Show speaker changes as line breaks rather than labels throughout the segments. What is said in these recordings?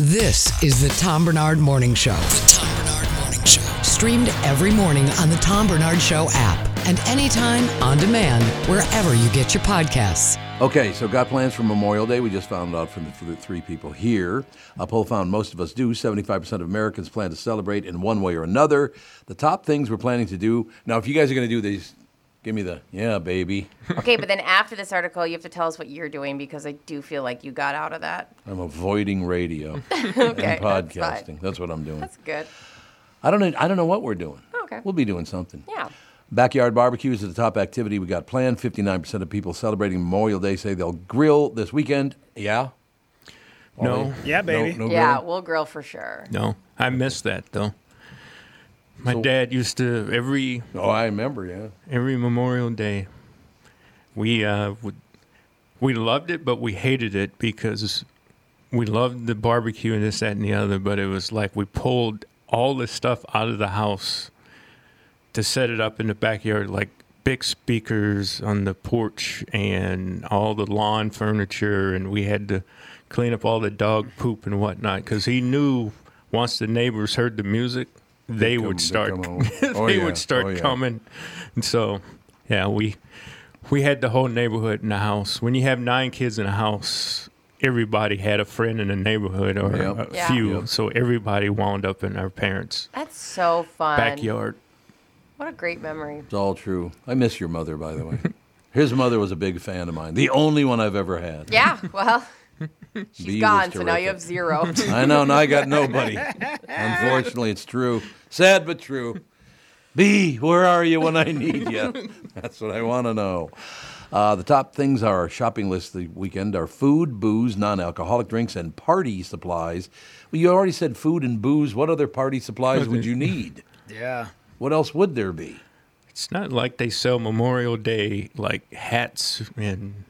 This is the Tom Bernard Morning Show. The Tom Bernard Morning Show. Streamed every morning on the Tom Bernard Show app and anytime on demand wherever you get your podcasts.
Okay, so got plans for Memorial Day. We just found out from the th- three people here. A poll found most of us do. 75% of Americans plan to celebrate in one way or another. The top things we're planning to do. Now, if you guys are going to do these, give me the, yeah, baby.
Okay, but then after this article, you have to tell us what you're doing because I do feel like you got out of that.
I'm avoiding radio
Okay,
and
that's
podcasting.
fine.
That's, what I'm doing.
That's good.
I don't, know- I don't know what we're doing.
Okay.
We'll be doing something.
Yeah.
Backyard barbecues is the top activity we got planned. 59% of people celebrating Memorial Day say they'll grill this weekend. Yeah?
No.
Yeah,
No-
baby.
no
Yeah,
grilling?
we'll grill for sure.
No, I miss that though. My
So-
dad used to every
Oh, I remember, yeah.
every Memorial Day. We uh, would we loved it, but we hated it because we loved the barbecue and this, that, and the other. But it was like we pulled all this stuff out of the house to set it up in the backyard, like big speakers on the porch and all the lawn furniture, and we had to clean up all the dog poop and whatnot because he knew once the neighbors heard the music, they
come-
would
they
start
come over. Oh,
they
yeah.
would start
Oh, yeah.
coming, and so yeah, we we had the whole neighborhood in the house. When you have nine kids in a house, everybody had a friend in the neighborhood or
Yep.
a
Yeah.
few.
Yep.
So everybody wound up in our parents'
That's so fun.
backyard.
What a great memory.
It's all true. I miss your mother, by the way. His mother was a big fan of mine, the only one I've ever had.
Yeah, well, she's
Bee was
gone, so now you
terrific.
have zero.
I know, and I got nobody. Unfortunately, it's true. Sad but true. B, where are you when I need you? That's what I want to know. Uh, the top things on our shopping list the weekend are food, booze, non-alcoholic drinks, and party supplies. Well, you already said food and booze. What other party supplies would you need?
Yeah.
What else would there be?
It's not like they sell Memorial Day like hats and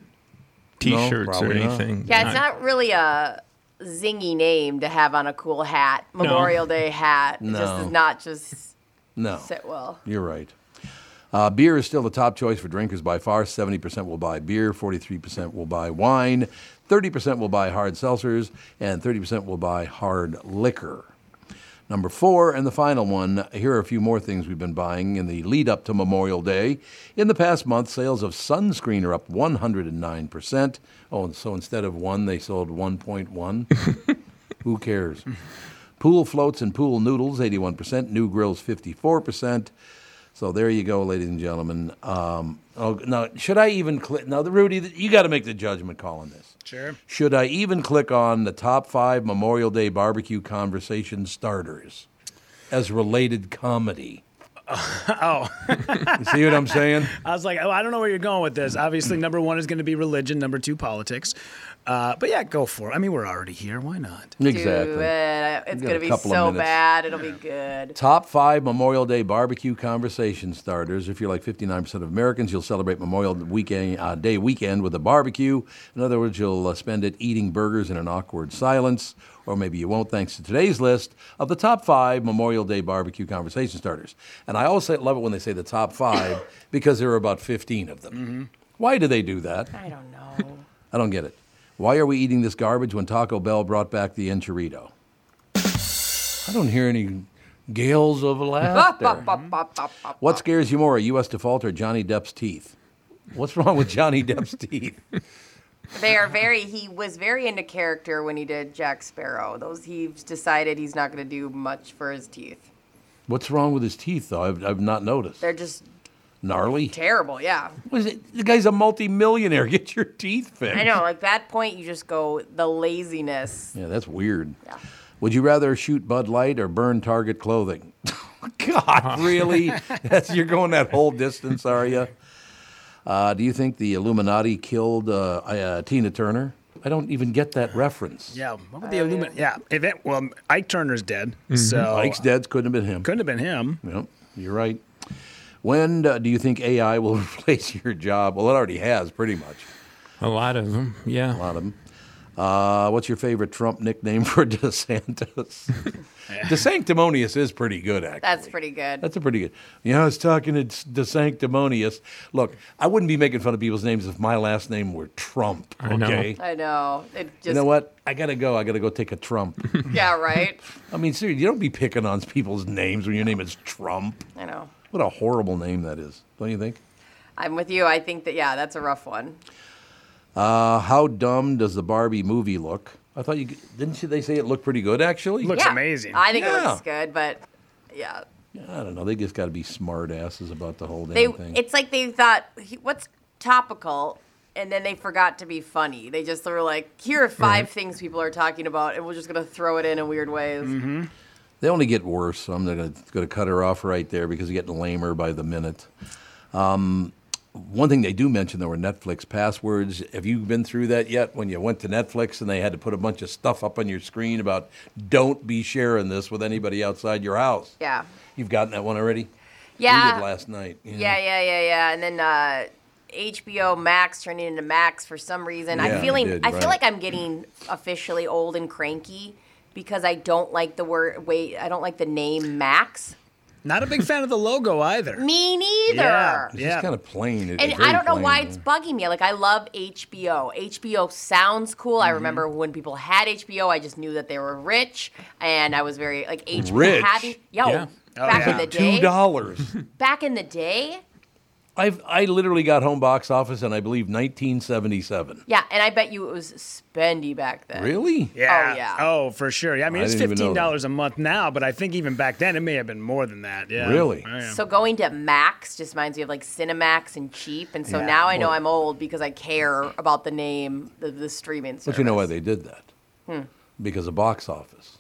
T-shirts or
probably not.
anything.
yeah, it's not really a zingy name to have on a cool hat, Memorial Day hat. It just
No.
does not just
No.
sit well.
You're right. Uh, beer is still the top choice for drinkers by far. 70% will buy beer, 43% will buy wine, 30% will buy hard seltzers, and 30% will buy hard liquor. Number four, and the final one, here are a few more things we've been buying in the lead up to Memorial Day. In the past month, sales of sunscreen are up 109%. Oh, and so instead of one, they sold 1.1. Who cares? Pool floats and pool noodles, 81%. New grills, 54%. So there you go, ladies and gentlemen. Um, oh, now, should I even click? Now, Rudy, you got to make the judgment call on this.
Sure.
Should I even click on the top five Memorial Day barbecue conversation starters as related comedy? Oh. you see what I'm saying?
I was like, oh, I don't know where you're going with this.
Mm.
Obviously, number one is going to be religion. Number two, politics. Uh, but yeah, go for it. I mean, we're already here. Why not?
Do it. It's
got
going
a
to be
couple of
so
minutes.
bad. It'll be good.
Top five Memorial Day barbecue conversation starters. If you're like 59% of Americans, you'll celebrate Memorial weekend, uh, Day weekend with a barbecue. In other words, you'll uh, spend it eating burgers in an awkward silence, or maybe you won't, thanks to today's list of the top five Memorial Day barbecue conversation starters. And I always say, love it when they say the top five because there are about 15 of them. Why do they do that?
I don't know.
I don't get it. Why are we eating this garbage when Taco Bell brought back the enchilada? I don't hear any gales of laughter. what scares you more, a U.S. default or Johnny Depp's teeth? What's wrong with Johnny Depp's teeth?
They are very. He was very into character when he did Jack Sparrow. Those he's decided he's not going to do much for his teeth.
What's wrong with his teeth, though? I've, I've not noticed.
They're just
Gnarly.
terrible. Yeah,
What is it? The guy's a multimillionaire. Get your teeth fixed.
I know. Like that point, you just go the laziness.
Yeah, that's weird.
Yeah.
Would you rather shoot Bud Light or burn Target clothing? God, really? That's, you're going that whole distance, are you? Uh, do you think the Illuminati killed uh, uh, Tina Turner? I don't even get that reference.
Yeah. What about the Illumin? Yeah. If it, well, Ike Turner's dead. So
Mike's Mm-hmm. dead couldn't have been him.
Oh. Couldn't have been him.
Yep, you're right. When uh, do you think AI will replace your job? Well, it already has, pretty much.
a lot of them. Yeah,
A lot of them. Uh, what's your favorite Trump nickname for DeSantis? DeSanctimonious is pretty good, actually.
That's pretty good.
That's a pretty good. You know, I was talking to DeSanctimonious. Look, I wouldn't be making fun of people's names if my last name were Trump. Okay.
know.
I know. It just
You know what? I gotta go. I gotta go take a Trump.
Yeah, right.
I mean, seriously, you don't be picking on people's names when your name is Trump.
I know.
What a horrible name that is, don't you think?
I'm with you. I think that yeah, that's a rough one.
Uh, how dumb does the Barbie movie look? I thought you didn't. They say it looked pretty good, actually.
Looks
yeah.
amazing.
I think it
Yeah.
looks good, but yeah,
I don't know. They just got to be smart asses about the whole damn
they.
thing.
It's like they thought "He- what's topical, and then they forgot to be funny. They just were like, here are 5 things people are talking about, and we're just gonna throw it in in weird ways.
Mm-hmm. They only get worse, so I'm going to cut her off right there because they're getting lamer by the minute. Um, one thing they do mention, though, are Netflix passwords. Have you been through that yet when you went to Netflix and they had to put a bunch of stuff up on your screen about don't be sharing this with anybody outside your house?
Yeah.
You've gotten that one already? We
Yeah.
did last night.
Yeah, yeah, yeah, yeah. And then uh, HBO Max turned into Max for some reason.
Yeah,
I'm
it
feeling.
did,
I feel
right.
like I'm getting officially old and cranky because I don't like the word. Wait, I don't like the name Max.
Not a big fan of the logo either.
Me neither.
Yeah.
It's just kind of plain. It-
And
it's very
I don't know
plain,
why
yeah.
it's bugging me. Like I love HBO. HBO sounds cool.
Mm-hmm.
I remember when people had HBO, I just knew that they were rich, and I was very like HBO
Rich?
happy. Yo,
Yeah.
Oh,
back
yeah.
in the
Two
day.
dollars.
Back in the day.
I've I literally got home box office in I believe 1977.
Yeah, and I bet you it was spendy back then.
Really?
Yeah.
Oh, yeah.
Oh, for sure. Yeah, I mean,
I
it's
didn't even know
fifteen
that.
dollars a month now, but I think even back then it may have been more than that. Yeah.
Really?
Oh, yeah.
So going to Max just reminds me of like Cinemax and cheap, and so
Yeah.
now I know I'm old because I care about the name, the, the streaming. Service.
But you know why they did that?
Hmm.
Because of box office.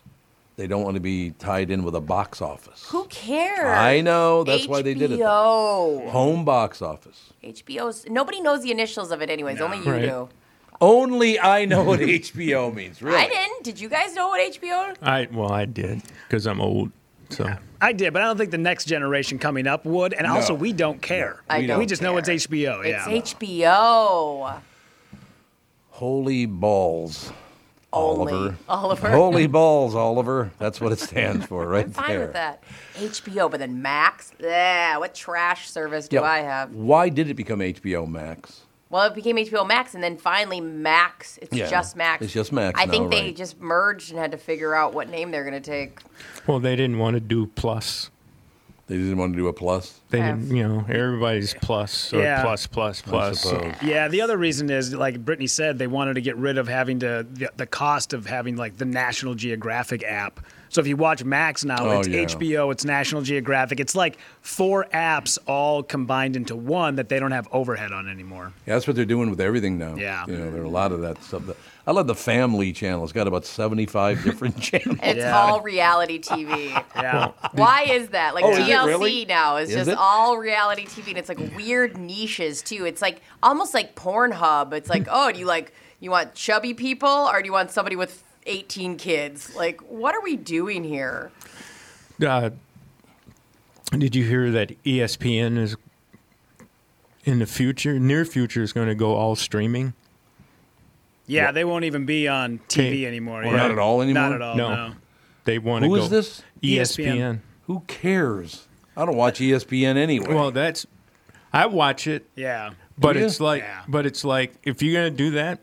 They don't want to be tied in with a box office.
Who cares?
I know. That's why they did it. that way.
HBO.
Home box office.
HBO's. Nobody knows the initials of it, anyways. Only you
Right.
do.
Only I know what HBO means. Really?
I didn't. Did you guys know what HBO?
I well, I did because I'm old. So
I did, but I don't think the next generation coming up would. And also, we don't care.
I
we
don't
just know it's
care.
Oh,
HBO. yeah.
It's HBO.
Holy balls.
Only.
Oliver.
Oliver.
Holy balls, Oliver. That's what it stands for, right
Fine
there.
with that. HBO, but then Max. Yeah. What trash service do
Yeah.
I have?
Why did it become HBO Max?
Well, it became HBO Max, and then finally Max. It's
Yeah,
just Max.
it's just Max
I think
now,
they
right.
just merged and had to figure out what name they're going to take.
well, they didn't want to do plus.
They didn't want to do a plus.
They
Yeah.
didn't, you know, everybody's plus or
Yeah.
plus plus plus.
I suppose.
Yeah, the other reason is like Brittany said, they wanted to get rid of having to the, the cost of having like the National Geographic app. So if you watch Max now,
Oh,
it's
yeah.
HBO, it's National Geographic, it's like four apps all combined into one that they don't have overhead on anymore.
Yeah, that's what they're doing with everything now.
Yeah.
You know, there are a lot of that stuff. that- I love the Family Channel. It's got about 75 different channels.
And it's
Yeah.
all reality TV.
Yeah,
Why is that? Like
Oh, is it
TLC
really?
now is,
Is
just
it?
all reality TV, and it's like weird niches too. It's like almost like Pornhub. It's like, oh, do you like you want chubby people, or do you want somebody with 18 kids? Like, what are we doing here?
Uh, did you hear that E ESPN is in the future, near future, is going to go all streaming?
yeah, they won't even be on TV
Okay.
anymore.
Well,
yeah.
not at all anymore?
Not at all. Oh, No.
No. They want to
Who
go. E
is this?
ESPN.
Who cares? I don't watch E ESPN anyway.
Well, that's. I watch it,
Yeah.
but
Do you?
it's like,
Yeah.
but it's like, if you're going to do that,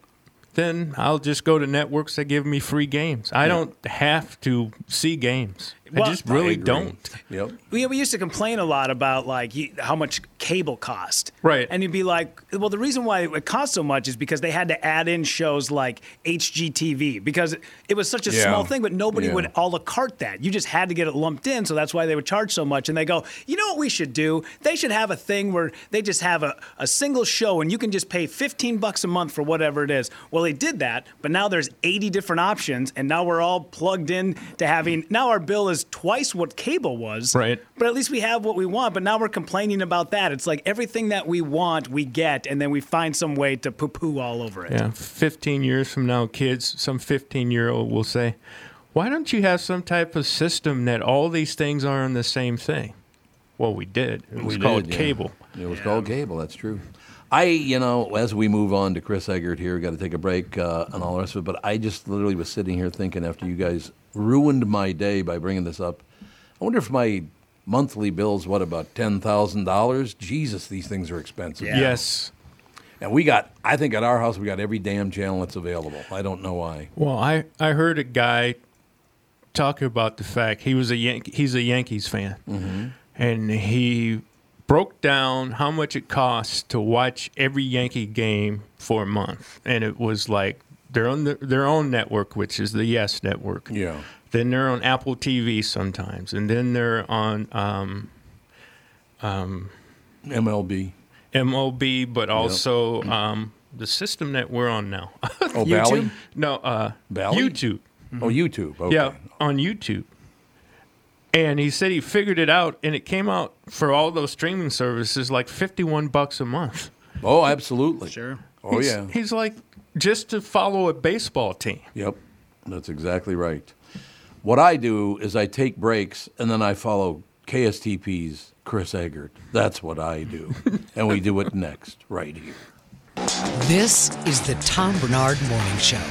then I'll just go to networks that give me free games. I don't have to see games.
Well,
I just
I
really
agree.
don't.
Yep.
we, we used to complain a lot about like you- how much cable cost.
Right.
And you'd be like, well, the reason why it cost so much is because they had to add in shows like HGTV because it was such a
Yeah.
small thing, but nobody
Yeah.
would a la carte that. You just had to get it lumped in, so that's why they would charge so much. And they go, you know what we should do? They should have a thing where they just have a, a single show and you can just pay 15 bucks a month for whatever it is. Well, they did that, but now there's 80 different options, and now we're all plugged in to having, now our bill is twice what cable was.
Right.
But at least we have what we want. But now we're complaining about that. It's like everything that we want, we get, and then we find some way to poo poo all over it.
Yeah, 15 years from now, kids, some 15 year old will say, Why don't you have some type of system that all these things are in the same thing? Well, we did. It was
We
called
did, yeah.
cable.
It was called cable. That's true. I, you know, as we move on to Chris Eggert here, got to take a break uh, and all the rest of it. But I just literally was sitting here thinking after you guys ruined my day by bringing this up. I wonder if my monthly bill's what about ten thousand dollars? Jesus, these things are expensive.
Yeah.
Yes.
And we got, I think at our house we got every damn channel that's available. I don't know why.
Well, I, I heard a guy talk about the fact he was a Yankee, he's a Yankees fan, and he broke down how much it costs to watch every Yankee game for a month, and it was like their own their own network, which is the Yes Network.
Yeah.
Then they're on Apple TV sometimes, and then they're on um,
MLB.
MLB, but also um, the system that we're on now.
Oh, Valley.
no, uh,
Valley?
YouTube.
Oh, YouTube. Okay.
Mm-hmm. Yeah, on YouTube. And he said he figured it out, and it came out for all those streaming services like fifty-one bucks a month.
Oh, absolutely.
Sure.
Oh,
He's-
yeah.
He's like just to follow a baseball team.
Yep, that's exactly right. What I do is I take breaks and then I follow KSTP's Chris Eggert. That's what I do. and we do it next, right here.
This is the Tom Bernard Morning Show.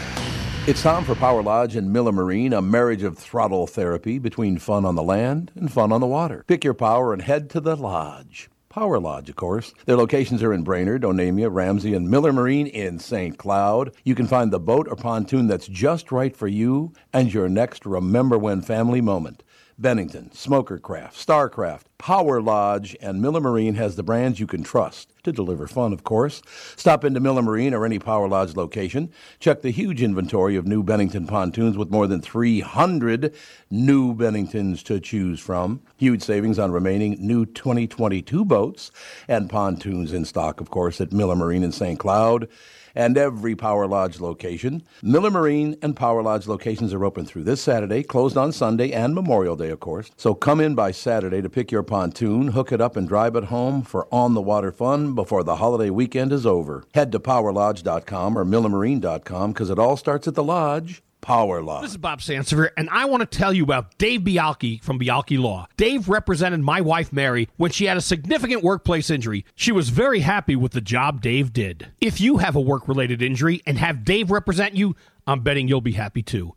It's time for Power Lodge and Miller Marine, a marriage of throttle therapy between fun on the land and fun on the water. Pick your power and head to the lodge. Power Lodge, of course. Their locations are in Brainerd, Onamia, Ramsey, and Miller Marine in St. Cloud. You can find the boat or pontoon that's just right for you and your next Remember When family moment. Bennington, Smokercraft, Starcraft, Power Lodge, and Miller Marine has the brands you can trust to deliver fun, of course. Stop into Miller Marine or any Power Lodge location. Check the huge inventory of new Bennington pontoons with more than 300 new Benningtons to choose from. Huge savings on remaining new 2022 boats and pontoons in stock, of course, at Miller Marine in St. Cloud and every Power Lodge location. Miller Marine and Power Lodge locations are open through this Saturday, closed on Sunday and Memorial Day, of course. So come in by Saturday to pick your pontoon, hook it up, and drive it home for on the water fun before the holiday weekend is over. Head to powerlodge.com or millermarine.com because it all starts at the lodge. Power Lodge.
This is Bob Sansevier, and I want to tell you about Dave Bialki from Bialki Law. Dave represented my wife, Mary, when she had a significant workplace injury. She was very happy with the job Dave did. If you have a work related injury and have Dave represent you, I'm betting you'll be happy too.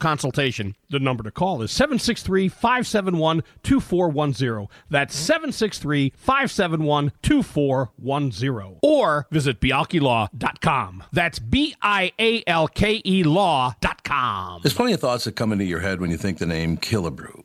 consultation. The number to call is 763 571 2410. That's 763 571 2410. Or visit bialkilaw.com. That's B I A L K E law.com.
There's plenty of thoughts that come into your head when you think the name Killebrew.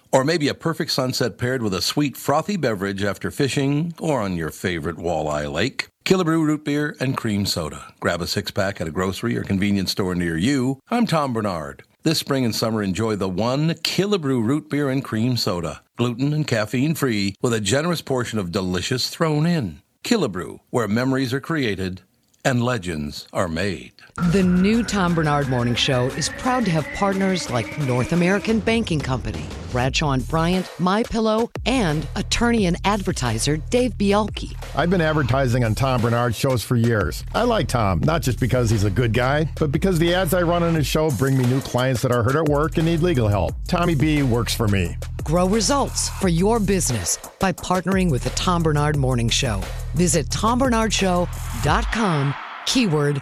Or maybe a perfect sunset paired with a sweet, frothy beverage after fishing or on your favorite walleye lake. Killebrew root beer and cream soda. Grab a six pack at a grocery or convenience store near you. I'm Tom Bernard. This spring and summer, enjoy the one Killebrew root beer and cream soda, gluten and caffeine free, with a generous portion of delicious thrown in. Killebrew, where memories are created and legends are made.
The new Tom Bernard Morning Show is proud to have partners like North American Banking Company, Bradshaw and Bryant, My Pillow, and attorney and advertiser Dave Bialki.
I've been advertising on Tom Bernard's shows for years. I like Tom, not just because he's a good guy, but because the ads I run on his show bring me new clients that are hurt at work and need legal help. Tommy B works for me.
Grow results for your business by partnering with the Tom Bernard Morning Show. Visit tombernardshow.com, keyword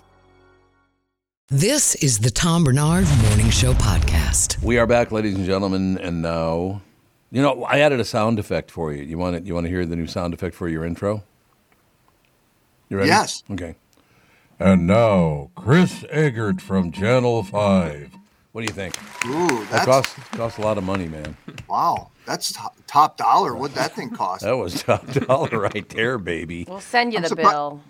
This is the Tom Bernard Morning Show Podcast.
We are back, ladies and gentlemen, and now, you know, I added a sound effect for you. You want it? You want to hear the new sound effect for your intro? You ready?
Yes.
Okay. And now, Chris Eggert from Channel Five. What do you think?
Ooh,
That
that's
costs costs a lot of money, man.
wow. That's to- top dollar. What'd that thing cost?
That was top dollar right there, baby.
We'll send you
I'm
the
surpri-
bill.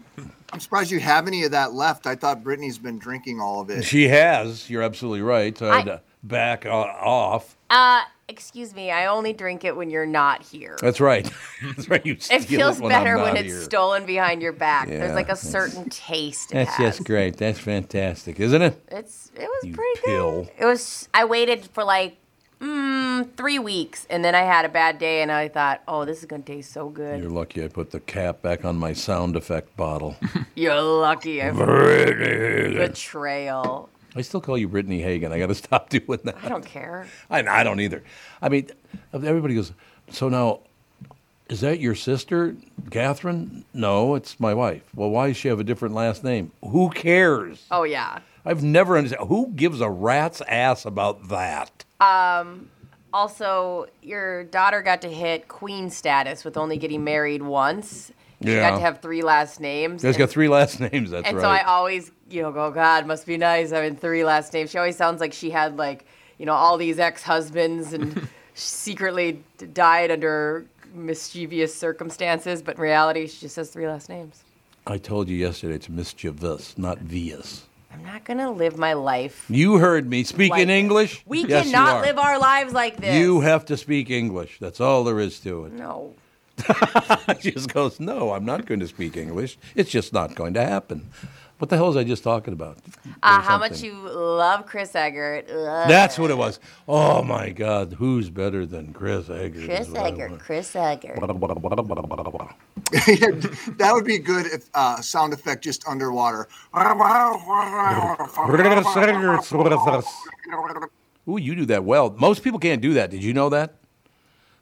I'm surprised you have any of that left. I thought Brittany's been drinking all of it.
She has. You're absolutely right. So I had
I-
to back o- off.
Uh, excuse me, I only drink it when you're not here.
That's right. That's right. You
It
steal
feels
when
better
I'm
when
not
it's
here.
stolen behind your back.
Yeah,
There's like a
that's-
certain taste. It
That's
has.
just great. That's fantastic, isn't it?
It's it was
You
pretty
pill.
good. It was. I waited for like mm, three weeks, and then I had a bad day, and I thought, oh, this is gonna taste so good.
You're
You're,
lucky I put the cap back on my sound effect bottle.
lucky. I betrayal.
I still call you Brittany Hagen. I got to stop doing that.
I don't care.
I, I don't either. I mean, everybody goes, so now, is that your sister, Catherine? No, it's my wife. Well, why does she have a different last name? Who cares?
Oh yeah.
I've never understood. Who gives a rat's ass about that?
Also, your daughter got to hit queen status with only getting married once. She
Yeah.
got to have three last names.
She's
and-
got three last names. That's
and so I
right.
always, you know, go, God, must be nice having three last names. She always sounds like she had like, you know, all these ex-husbands and secretly d- died under mischievous circumstances, but in reality, she just has three last names.
I, told you yesterday it's mischievous, not vious.
I'm not gonna live my life.
You heard me. Speak
like
in
this.
English.
We
Yes, you
cannot
are.
live our lives like this.
You have to speak English. That's all there is to it.
no.
She just goes, No, I'm not going to speak English. It's just not going to happen. What the hell was I just talking about?
Uh,
Or
how much
something.
you love Chris Eggert? Ugh.
That's what it was. Oh my God, who's better than Chris Eggers?
Chris Eggert. Chris Eggert.
that would be good if uh, sound effect just underwater.
Chris Eggert's with us. Ooh, you do that well. Most people can't do that. Did you know that?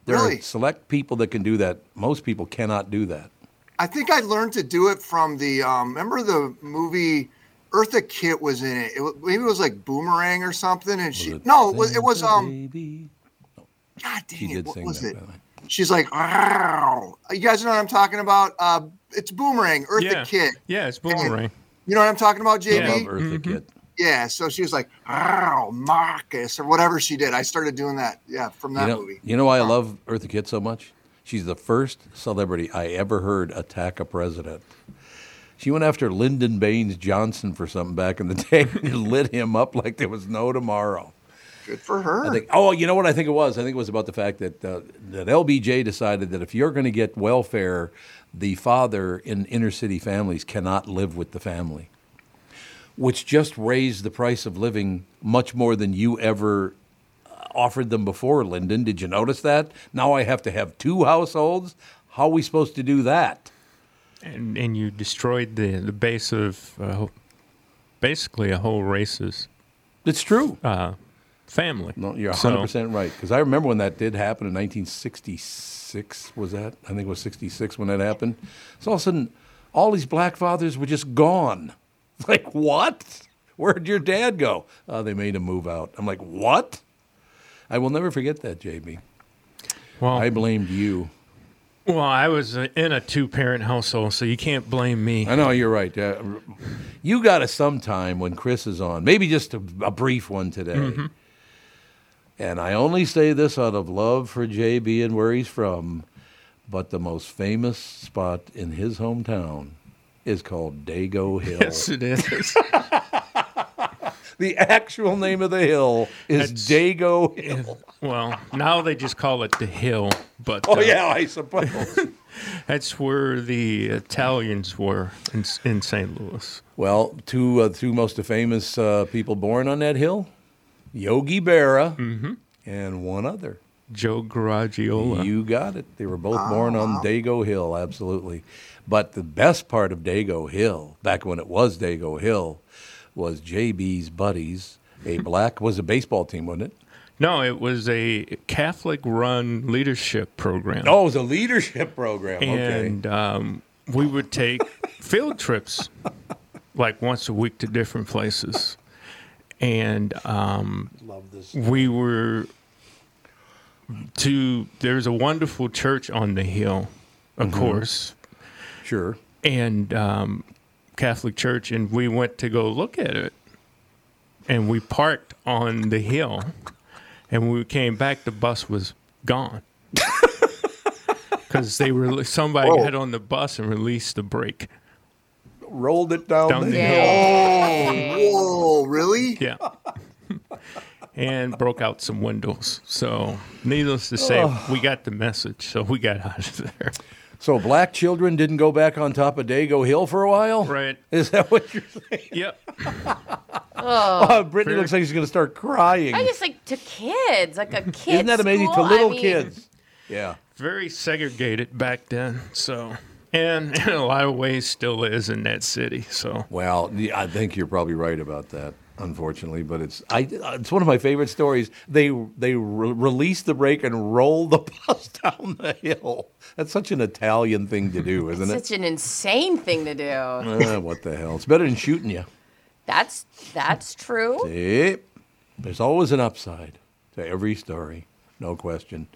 There are
Really?
select people that can do that. Most people cannot do that.
I think I learned to do it from the. Um, remember the movie Eartha Kitt was in it. it wa- maybe it was like Boomerang or something. And she no, it was, it was um.
Baby.
God dang
She
it,
did
what
sing
was
that.
it?
by the way.
She's like, "Arr." you guys know what I'm talking about? Uh, it's Boomerang, Eartha
yeah.
Kitt.
Yeah, it's boomerang.
You know what I'm talking about, JB?
I love Eartha Kitt.
Yeah, so she was like, "Arr, Marcus, or whatever she did. I started doing that, yeah, from that
You know,
movie.
you know why I love Eartha Kitt so much? She's the first celebrity I ever heard attack a president. She went after Lyndon Baines Johnson for something back in the day and lit him up like there was no tomorrow.
Good for her.
I think, oh, you know what I think it was? I think it was about the fact that uh, that LBJ decided that if you're going to get welfare, the father in inner city families cannot live with the family, which just raised the price of living much more than you ever uh, offered them before. Lyndon, did you notice that? Now I have to have two households. How are we supposed to do that?
And, and you destroyed the, the base of uh, ho- basically a whole race's
It's true.
family.
No, you're
So,
100 percent right because I remember when that did happen in 1966. Was that? I think it was 66 when that happened. So all of a sudden, all these black fathers were just gone. It's like what? Where'd your dad go? Uh, they made him move out. I'm like, what? I will never forget that, JB.
well,
I blamed you.
Well, I was uh, in a two-parent household, so you can't blame me.
I know you're right. Uh, you got to sometime when Chris is on, maybe just a, a brief one today. And I only say this out of love for JB and where he's from, but the most famous spot in his hometown is called Dago Hill.
Yes, it is.
The actual name of the hill is
That's-
Dago Hill.
well, now they just call it the hill, but
Oh
uh,
yeah, I suppose.
that's where the Italians were in, in St. Louis.
well, two uh, two most famous uh, people born on that hill, Yogi Berra, and one other.
Joe Garagiola.
You got it. They were both born on Dago Hill, absolutely. But the best part of Dago Hill, back when it was Dago Hill, was JB's buddies. A black was a baseball team, wasn't it?
no, it was a Catholic-run leadership program.
Oh, it was a leadership program. okay.
and um, we would take field trips like once a week to different places and um, we were to there's a wonderful church on the hill of course
Sure.
and um, catholic church and we went to go look at it and we parked on the hill and when we came back the bus was gone because they were somebody got on the bus and released the brake
Rolled it down,
down the
hill.
hill
Whoa, Oh, really?
yeah and broke out some windows so needless to say we got the message so we got out of there
So black children didn't go back on top of Dago Hill for a while?
Right.
Is that what you're saying?
yep
Oh, Brittany looks like she's going to start crying.
I just like to kids, like a kid.
Isn't that amazing?
school,
to little
I mean,
kids. Yeah.
very segregated back then so and in a lot of ways still is in that city so
Well, the- I think you're probably right about that, unfortunately. But it's I, it's one of my favorite stories. They they re- release the brake and roll the bus down the hill. That's such an Italian thing to do, isn't it?
Such an insane thing to do.
Ah, what the hell? It's better than shooting you.
That's that's true.
Yep. There's always an upside to every story, no question.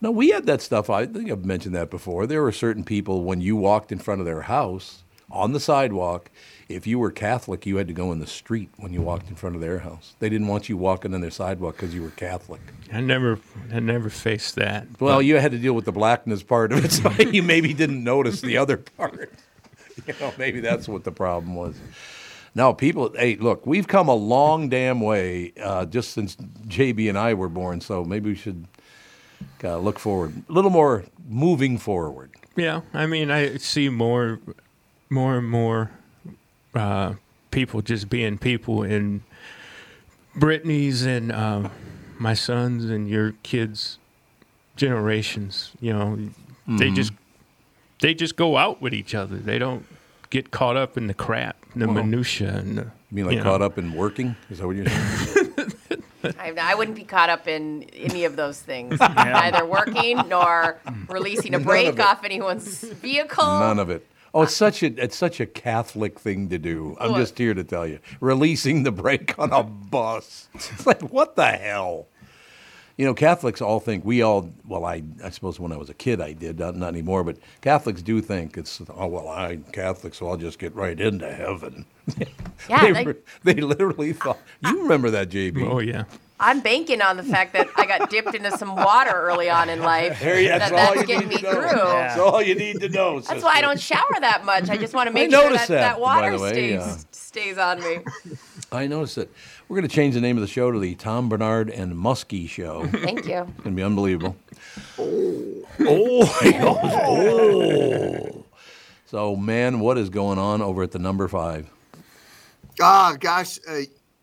No, we had that stuff. I think I've mentioned that before. There were certain people when you walked in front of their house on the sidewalk. If you were Catholic, you had to go in the street when you walked in front of their house. They didn't want you walking on their sidewalk because you were Catholic.
i never i never faced that
Well, you had to deal with the blackness part of it, so you maybe didn't notice the other part. You know, maybe that's what the problem was. Now, people, hey, look, we've come a long damn way uh, just since JB and I were born, so maybe we should uh, look forward a little more moving forward.
Yeah, I mean, I see more, more and more uh, people just being people, and Brittany's and uh, my sons and your kids' generations. You know,
Mm-hmm.
they just they just go out with each other. They don't get caught up in the crap, the minutia, and the,
You mean like caught up in working? Is that what you're saying?
I, I wouldn't be caught up in any of those things, neither working nor releasing a brake
it.
off anyone's vehicle.
None of it. Oh, it's such a it's such a Catholic thing to do. I'm
What?
just here to tell you, releasing the brake on a bus. It's like what the hell? You know, Catholics all think we all. Well, I I suppose when I was a kid I did, not, not anymore. But Catholics do think it's oh well, I'm Catholic, so I'll just get right into heaven.
Yeah,
they,
like-
were- they literally thought. You remember that, JB?
oh yeah.
I'm banking on the fact that I got dipped into some water early on in life.
There you-
that,
that's all
that's
you
getting
need
me
to know.
through.
That's all you need to know.
That's why I don't shower that much. I just want to make sure
noticed
that,
that,
that,
by
water
the way,
stays
yeah.
stays on me.
I noticed it. We're going to change the name of the show to the Tom Bernard and Muskie Show.
Thank you.
It's gonna be unbelievable. Oh, oh, oh. So, man, what is going on over at the number five?
Ah, gosh, uh,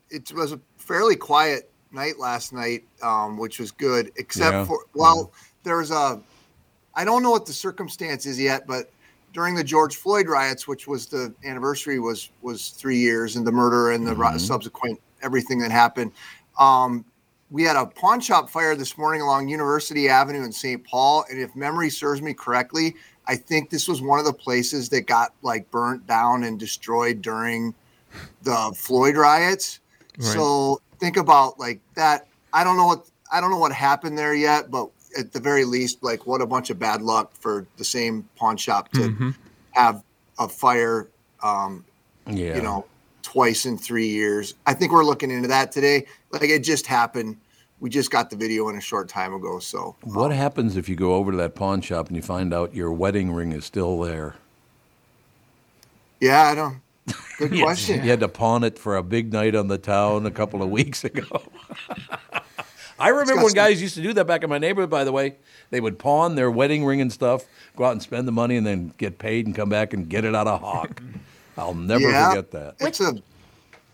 it was a fairly quiet night last night, um, which was good, except
Yeah,
for well, there's a. I don't know what the circumstance is yet, but during the George Floyd riots, which was the anniversary was was three years, and the murder and the ri- subsequent everything that happened, um, we had a pawn shop fire this morning along University Avenue in St. Paul, and if memory serves me correctly, I think this was one of the places that got like burnt down and destroyed during the Floyd riots. So think about like that. I don't know what I don't know what happened there yet, but at the very least, like what a bunch of bad luck for the same pawn shop to
Mm-hmm.
have a fire, um,
Yeah.
you know, twice in three years. I think we're looking into that today. Like it just happened. We just got the video in a short time ago. So
What happens if you go over to that pawn shop and you find out your wedding ring is still there?
yeah, I don't. Good
You had-
question.
You had to pawn it for a big night on the town a couple of weeks ago. I remember when
Disgusting.
guys used to do that back in my neighborhood, by the way. They would pawn their wedding ring and stuff, go out and spend the money, and then get paid and come back and get it out of hock. I'll never
yeah,
forget that.
It's a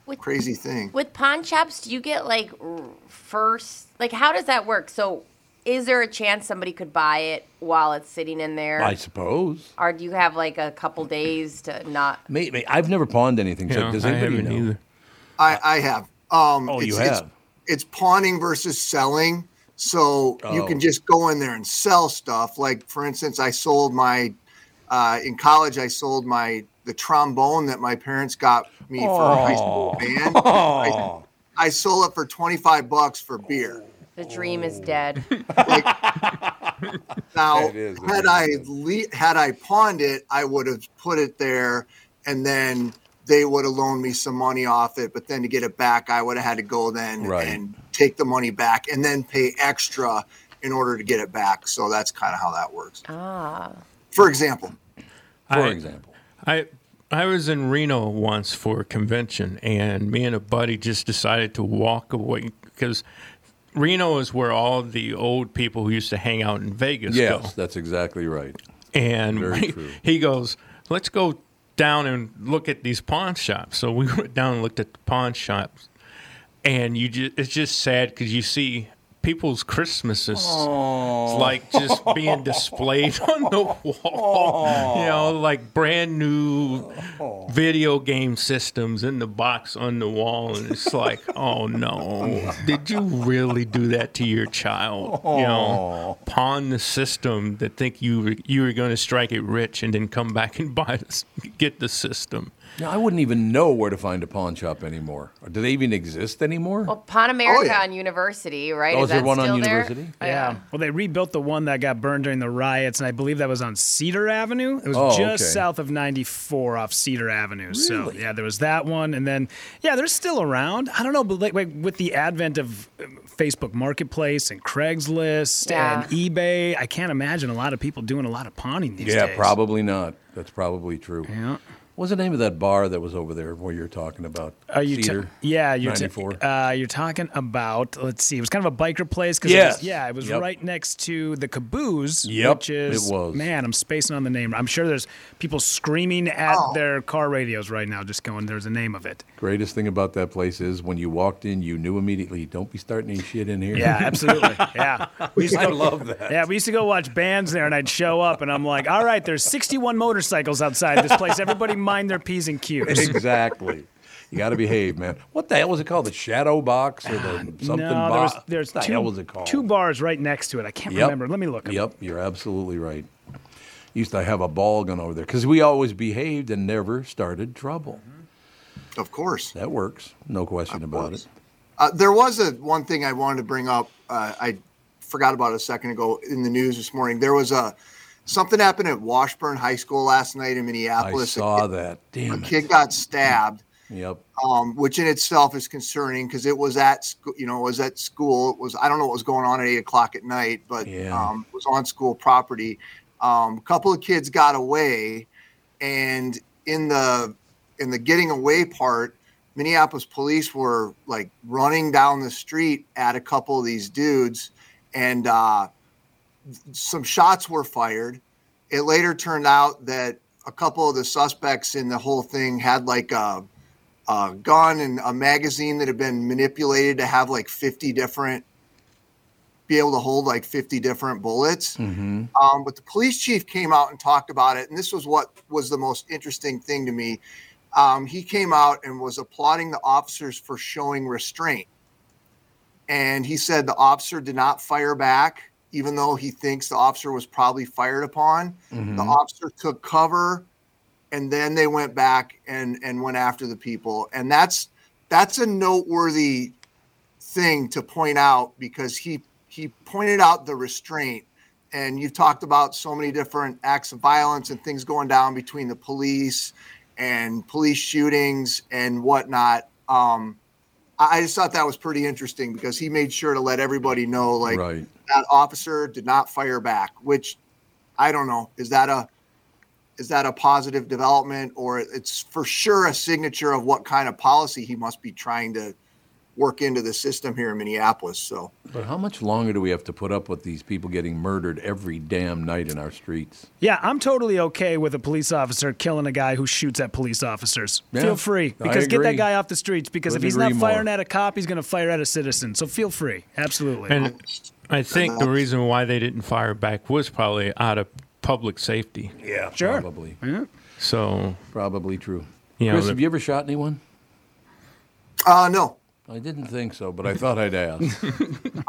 With-
crazy thing.
With pawn shops, do you get like r- first? Like, how does that work? So, is there a chance somebody could buy it while it's sitting in there?
I suppose.
or do you have like a couple days to not?
Maybe. I've never pawned anything. so
Yeah,
does
I
anybody
haven't
know?
either.
I, I have. Um,
Oh, you
It's,
have.
it's pawning versus selling. So you
Oh.
can just go in there and sell stuff. Like for instance, I sold my uh, in college. I sold my the trombone that my parents got me for a high school band. I, I sold it for twenty five bucks for beer.
The dream is dead.
Oh.
Now,
That is
had I le- had I pawned it, I would have put it there, and then they would have loaned me some money off it. But then to get it back, I would have had to go then
Right.
and take the money back, and then pay extra in order to get it back. So that's kind of how that works.
ah,
For example,
For
I-
example.
I I was in Reno once for a convention, and me and a buddy just decided to walk away because Reno is where all the old people who used to hang out in Vegas go.
Yes, that's exactly right.
And
Very
we-
true.
he goes, let's go down and look at these pawn shops. So we went down and looked at the pawn shops, and you just, it's just sad because you see people's Christmases like just being displayed on the wall. You know, like brand new video game systems in the box on the wall, and it's like, oh no, did you really do that to your child? You know, pawn the system that think you were, you were going to strike it rich and then come back and buy this, get the system.
Now, I wouldn't even know where to find a pawn shop anymore. Or do they even exist anymore?
well, Pan America
yeah.
on University, right?
Oh, is there
that
one on
still there? Oh,
University?
Yeah. Well, they rebuilt the one that got burned during the riots, and I believe that was on Cedar Avenue. It was
Oh,
just
okay.
south of 94 off Cedar Avenue. So, yeah, there was that one. And then, yeah, they're still around. I don't know, but like, like with the advent of um, Facebook Marketplace and Craigslist and eBay, I can't imagine a lot of people doing a lot of pawning these
Yeah,
days.
probably not. That's probably true.
Yeah.
What's the name of that bar that was over there where you're talking about?
Are Uh, you ta-
Cedar?
yeah, you're, ta-
94.
uh, you're talking about, let's see, it was kind of a biker place. 'cause
Yes.
It was, yeah, it was
Yep.
right next to the Caboose,
Yep,
which is,
it was.
man, I'm spacing on the name. I'm sure there's people screaming at
Oh.
their car radios right now, just going, there's a name of it.
Greatest thing about that place is when you walked in, you knew immediately. Don't be starting any shit in here.
Yeah, absolutely. yeah. We used to
I
go,
love that.
yeah, we used to go watch bands there, and I'd show up, and I'm like, all right, there's 61 motorcycles outside this place. Everybody mind their P's and Q's.
Exactly. You got to behave, man. What the hell was it called? The Shadow Box or the something
no,
box?
there was, there's
what the
two,
hell was it called?
two bars right next to it. I can't
Yep.
remember. Let me look. 'em.
Yep, you're absolutely right. Used to have a ball gun over there because we always behaved and never started trouble.
Mm-hmm.
of course.
That works, no question about it.
Uh, there was a one thing I wanted to bring up. Uh, I forgot about it a second ago in the news this morning. There was a something happened at Washburn High School last night in
I
Minneapolis. A
saw
kid-
that.
A
Damn it. Hmm.
kid got stabbed.
Yep.
um, which in itself is concerning because it was at school, you know, it was at school. It was, I don't know what was going on at eight o'clock at night, but
Yeah.
um, it was on school property. Um, a couple of kids got away and in the, in the getting away part, Minneapolis police were like running down the street at a couple of these dudes and, uh, some shots were fired. It later turned out that a couple of the suspects in the whole thing had like a, a gun and uh, a magazine that had been manipulated to have like 50 different, be able to hold like 50 different bullets. Um, but the police chief came out and talked about it. And this was what was the most interesting thing to me. Um, he came out and was applauding the officers for showing restraint and he said the officer did not fire back, even though he thinks the officer was probably fired upon. The officer took cover, and then they went back and and went after the people, and that's that's a noteworthy thing to point out because he he pointed out the restraint. And you've talked about so many different acts of violence and things going down between the police and police shootings and whatnot. Um, I I just thought that was pretty interesting because he made sure to let everybody know, like
Right.
that officer did not fire back. Which I don't know is that a is that a positive development or it's for sure a signature of what kind of policy he must be trying to work into the system here in Minneapolis. So
But how much longer do we have to put up with these people getting murdered every damn night in our streets?
Yeah, I'm totally okay with a police officer killing a guy who shoots at police officers.
Yeah,
feel free.
I
Because get that
agree.
guy off the streets because
Couldn't
if he's not
agree more.
firing at a cop, he's going to fire at a citizen. So feel free. Absolutely.
And I think the reason why they didn't fire back was probably out of public safety.
Yeah,
Sure.
probably,
So
probably true.
Yeah,
Chris,
the-
have you ever shot anyone?
uh no.
I didn't think so, but I thought I'd ask.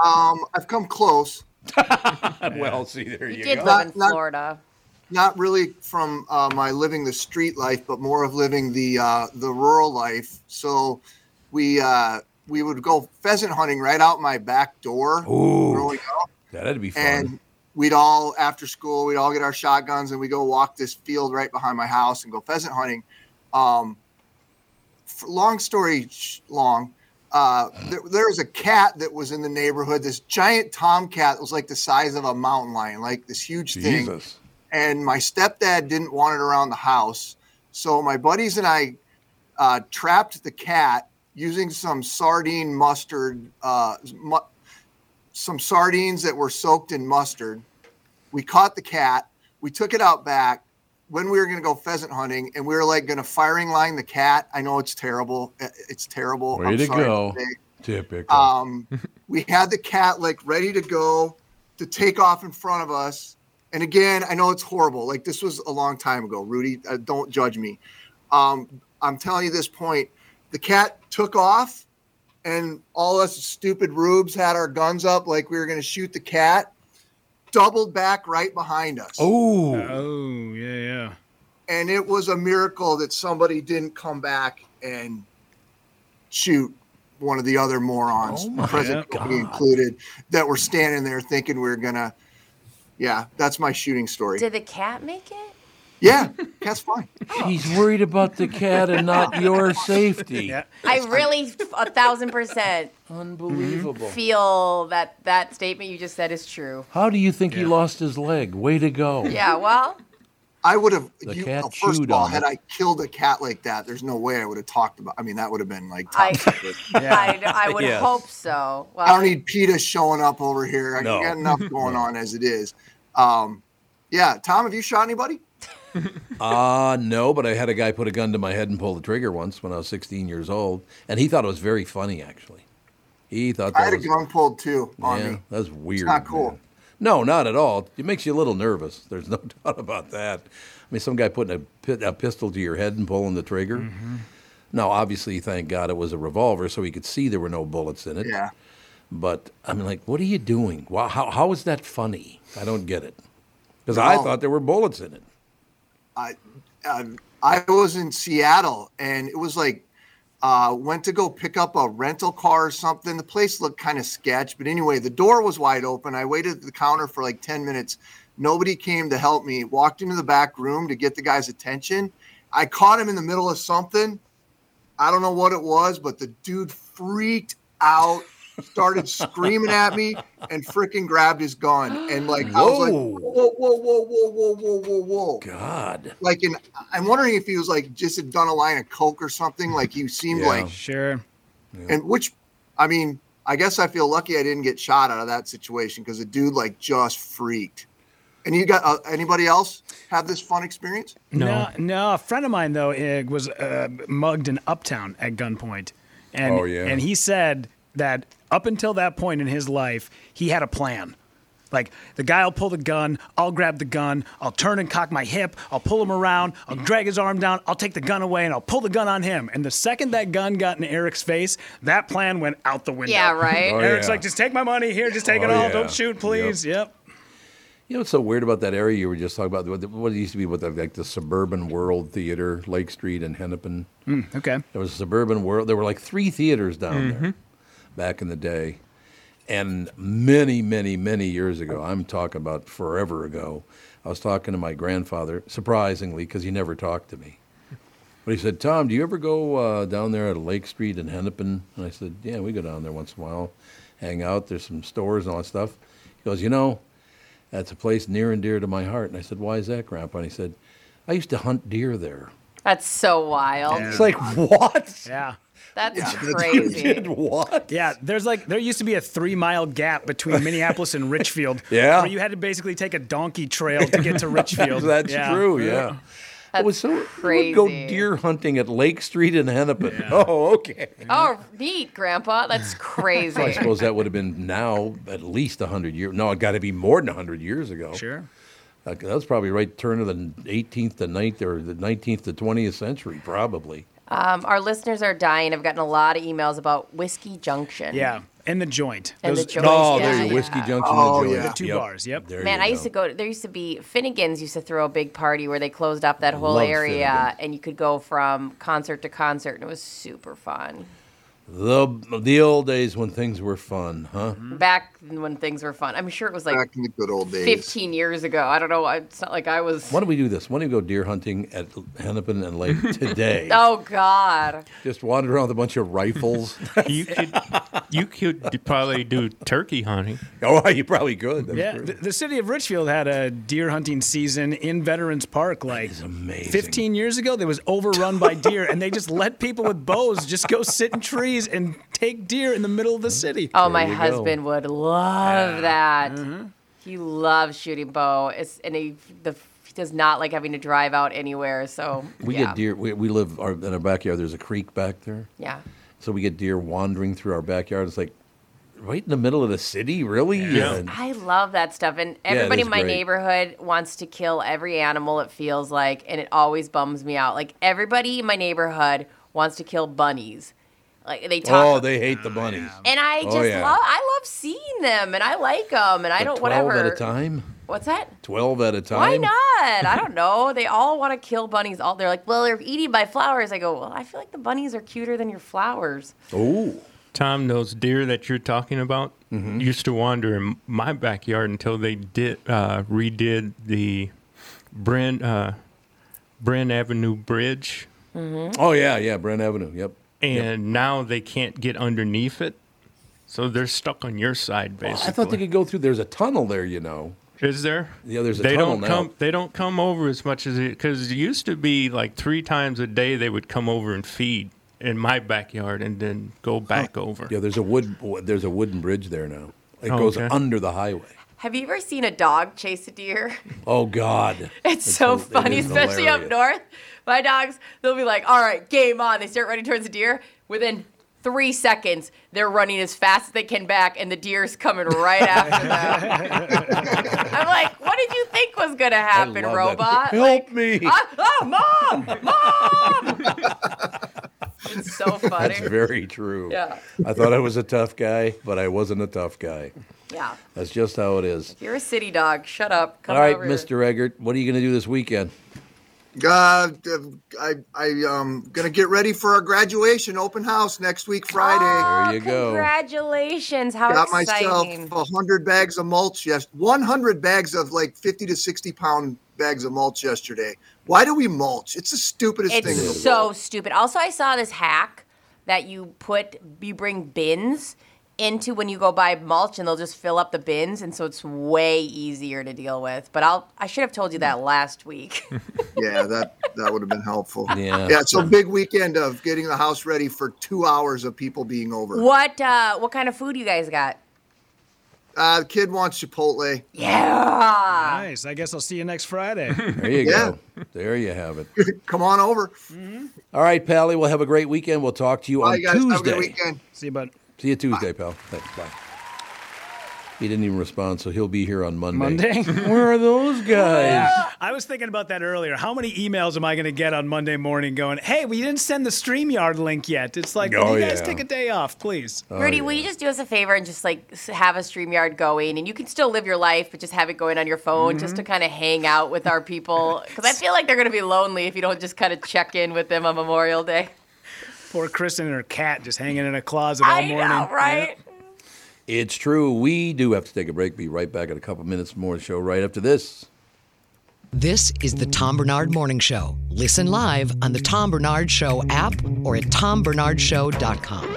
Um I've come close.
well, see, there
He did
Not-
live in
not-
Florida.
Not really from uh, my living the street life, but more of living the uh, the rural life. So we uh, we would go pheasant hunting right out my back door growing up.
That'd be fun.
and we'd all after school we'd all get our shotguns and we go walk this field right behind my house and go pheasant hunting um f- long story sh- long uh, there, there was a cat that was in the neighborhood this giant tomcat that was like the size of a mountain lion like this huge thing
Jesus.
and my stepdad didn't want it around the house. So my buddies and I uh, trapped the cat using some sardine mustard, uh, mu- some sardines that were soaked in mustard. We caught the cat. We took it out back when we were going to go pheasant hunting, and we were like going to firing line the cat. I know it's terrible. I- It's terrible.
Way
oh, I'm
to
sorry
go.
say.
Typical.
Um, we had the cat like ready to go to take off in front of us. And again, I know it's horrible. Like this was a long time ago. Rudy, uh, don't judge me. Um, I'm telling you this point. The cat took off, and all us stupid rubes had our guns up like we were going to shoot the cat. Doubled back right behind us.
oh,
oh, yeah, yeah.
And it was a miracle that somebody didn't come back and shoot one of the other morons,
Oh my
President
God.
Kobe included, that were standing there thinking we are gonna. Yeah, that's my shooting story.
Did the cat make it?
yeah, that's fine.
she's worried about the cat and not your safety.
I really, a thousand percent,
Unbelievable.
feel that that statement you just said is true.
How do you think he lost his leg? Way to go.
Yeah, well,
I would have.
The
you-
cat
well, first
chewed
of all,
on
had
it.
I killed a cat like that, there's no way I would have talked about. I mean, that would have been like.
I,
top secret.
I, I would
Yes.
hope so. Well,
I don't need PETA showing up over here. I
No.
got enough going on as it is. Um, yeah, Tom, have you shot anybody?
Uh, no, but I had a guy put a gun to my head and pull the trigger once when I was 16 years old, and he thought it was very funny, actually. He thought that
I had a
was,
gun pulled too on
yeah,
me.
that was weird.
not cool.
man. No, not at all. It makes you a little nervous. There's no doubt about that. I mean, some guy putting a, pi- a pistol to your head and pulling the trigger.
Mm-hmm.
Now, obviously, thank God it was a revolver, so he could see there were no bullets in it.
Yeah.
But I'm like, what are you doing? Wow, how, how is that funny? I don't get it. Because I
No.
thought there were bullets in it.
I, uh, I was in Seattle and it was like, uh, went to go pick up a rental car or something. The place looked kind of sketch, but anyway, the door was wide open. I waited at the counter for like 10 minutes. Nobody came to help me. Walked into the back room to get the guy's attention. I caught him in the middle of something. I don't know what it was, but the dude freaked out, started screaming at me, and freaking grabbed his gun. And like, I was like,
Whoa.
whoa, whoa, whoa, whoa, whoa, whoa, whoa, whoa
God.
like in I'm wondering if he was like just had done a line of coke or something. Like he seemed
Yeah.
like
Sure.
and which I mean, I guess I feel lucky I didn't get shot out of that situation because the dude like just freaked. And you got uh, anybody else have this fun experience?
No. no, A friend of mine though eh, was uh, mugged in Uptown at gunpoint, and
Oh, yeah.
and he said that up until that point in his life, he had a plan. Like the guy will pull the gun, I'll grab the gun, I'll turn and cock my hip, I'll pull him around, I'll drag his arm down, I'll take the gun away, and I'll pull the gun on him. And the second that gun got in Eric's face, that plan went out the window.
yeah, right.
Oh,
Eric's
yeah.
like, just take my money here, just take it
Oh,
all,
yeah.
don't shoot, please. Yep.
You know what's so weird about that area you were just talking about? What what it used to be, what the, like the suburban World Theater, Lake Street and Hennepin.
Okay.
There was a suburban world. There were like three theaters down there back in the day, and many, many, many years ago, I'm talking about forever ago, I was talking to my grandfather, surprisingly, because he never talked to me. But he said, Tom, do you ever go uh, down there at Lake Street in Hennepin? And I said, Yeah, we go down there once in a while, hang out. There's some stores and all that stuff. He goes, You know, that's a place near and dear to my heart. And I said, Why is that, Grandpa? And he said, I used to hunt deer there.
That's so wild.
It's like, What?
Yeah.
That's
You
crazy.
did what?
Yeah, there's like there used to be a three mile gap between Minneapolis and Richfield.
Yeah.
where you had to basically take a donkey trail to get to Richfield.
That's
Yeah.
true, yeah. it was so we would go
crazy.
deer hunting at Lake Street in Hennepin. Oh, okay.
Oh, neat, Grandpa. That's crazy.
I suppose that would have been now at least 100 years. No, it got to be more than 100 years ago.
Sure.
Uh, that was probably right turn of the 18th to 9th or the 19th to 20th century, probably.
Um, our listeners are dying. I've gotten a lot of emails about Whiskey Junction.
Yeah, and the joint.
And the
Those-
joint.
Oh, there
yeah,
you
yeah.
Whiskey Junction.
Oh,
the joint.
yeah. The
two bars, yep.
There
Man,
you
I used to go. There used to be Finnegan's. Used to throw a big party where they closed off that whole
Love
area,
Finnegan's.
and you could go from concert to concert, and it was super fun.
The, the old days when things were fun, huh?
Mm-hmm. Back when things were fun, I'm sure it was like
Back in the good old days.
15 years ago. I don't know. It's not like I was.
Why don't we do this? Why don't we go deer hunting at Hennepin and Lake today?
Oh God!
Just wander around with a bunch of rifles.
You could, you could probably do turkey hunting.
oh, you probably could. That's
Yeah,
true.
the, the city of Richfield had a deer hunting season in Veterans Park like
amazing.
15 years ago. That was overrun by deer, and they just let people with bows just go sit in trees and take deer in the middle of the city.
Oh, my
you go. Mm-hmm.
husband would love that. He loves shooting bow, it's, and he the he does not like having to drive out anywhere. So
We
yeah.
get deer. We, we live our, in our backyard. There's a creek back there,
Yeah.
so we get deer wandering through our backyard. It's like right in the middle of the city, really.
Yeah.
And
I love that stuff. And everybody
is
in my
great.
neighborhood wants to kill every animal, it feels like. And it always bums me out. Like, everybody in my neighborhood wants to kill bunnies. Like, they talk.
oh, they hate the bunnies.
and I
Oh,
just
yeah.
love, I love seeing them and I like them and I
But
don't,
Twelve
whatever.
at a time.
What's that?
Twelve at a time.
Why not? I don't know. They all want to kill bunnies. All They're like, well, they're eating my flowers. I go, well, I feel like the bunnies are cuter than your flowers.
Oh,
Tom, those deer that you're talking about used to wander in my backyard until they did uh, redid the Bryn uh, Bryn Avenue Bridge,
oh yeah, yeah. Brent Avenue. Yep.
and now they can't get underneath it, so they're stuck on your side basically.
I thought they could go through. There's a tunnel there, you know.
Is there?
Yeah, there's a
they
tunnel
don't
now.
come. They don't come over as much as because it used to be like three times a day they would come over and feed in my backyard and then go back over.
Yeah, there's a wood. There's a wooden bridge there now. It
Oh,
goes
okay.
under the highway.
Have you ever seen a dog chase a deer?
Oh God.
It's, so
hil- it
funny,
is
especially up
hilarious.
north. My dogs, they'll be like, all right, game on. They start running towards the deer. Within three seconds, they're running as fast as they can back, and the deer's coming right after them. I'm like, what did you think was going to happen,
love that.
robot?
Help
Like,
me.
"Ah, oh, mom! Mom! it's so funny.
That's very true.
Yeah.
I thought I was a tough guy, but I wasn't a tough guy.
yeah.
That's just how it is.
You're a city dog. Shut up. Come
All right,
over.
Mr. Eggert, what are you going to do this weekend?
Uh, I I um gonna get ready for our graduation open house next week Friday.
Oh,
There you go.
Congratulations. How
Got myself
exciting.
a hundred bags of mulch. Yes, one hundred bags of like fifty to sixty pound bags of mulch yesterday. Why do we mulch? It's the stupidest thing. in the
It's so stupid. Also, I saw this hack that you put, you bring bins into when you go buy mulch, and they'll just fill up the bins, and so it's way easier to deal with. But I'll, I should have told you that last week.
Yeah, that that would have been helpful.
Yeah.
Yeah. So big weekend of getting the house ready for two hours of people being over.
what, uh, what kind of food you guys got?
Uh, the kid wants Chipotle.
Yeah.
Nice. I guess I'll see you next Friday.
There you
Yeah.
go. There you have it.
Come on over.
All right, Pally, we'll have a great weekend. We'll talk to you
Bye,
on
guys. Have a good
Tuesday.
weekend.
see you, bud.
See you Tuesday, pal. Thanks. Bye. He didn't even respond, so he'll be here on Monday.
Monday.
Where are those guys?
I was thinking about that earlier. How many emails am I going to get on Monday morning going, hey, we didn't send the StreamYard link yet? It's like,
Oh,
will you guys
yeah. Uh.
take a day off, please?
Rudy, will you just do us a favor and just like s- have a StreamYard going and you can still live your life, but just have it going on your phone just to
Mm-hmm.
kind of hang out with our people? Because I feel like they're going to be lonely if you don't just kind of check in with them on Memorial Day.
Poor Kristen and her cat just hanging in a closet all
I
morning.
know, right?
It's true. We do have to take a break. Be right back in a couple minutes more show right after this.
This is the Tom Bernard Morning Show. Listen live on the Tom Bernard Show app or at tombernardshow.com.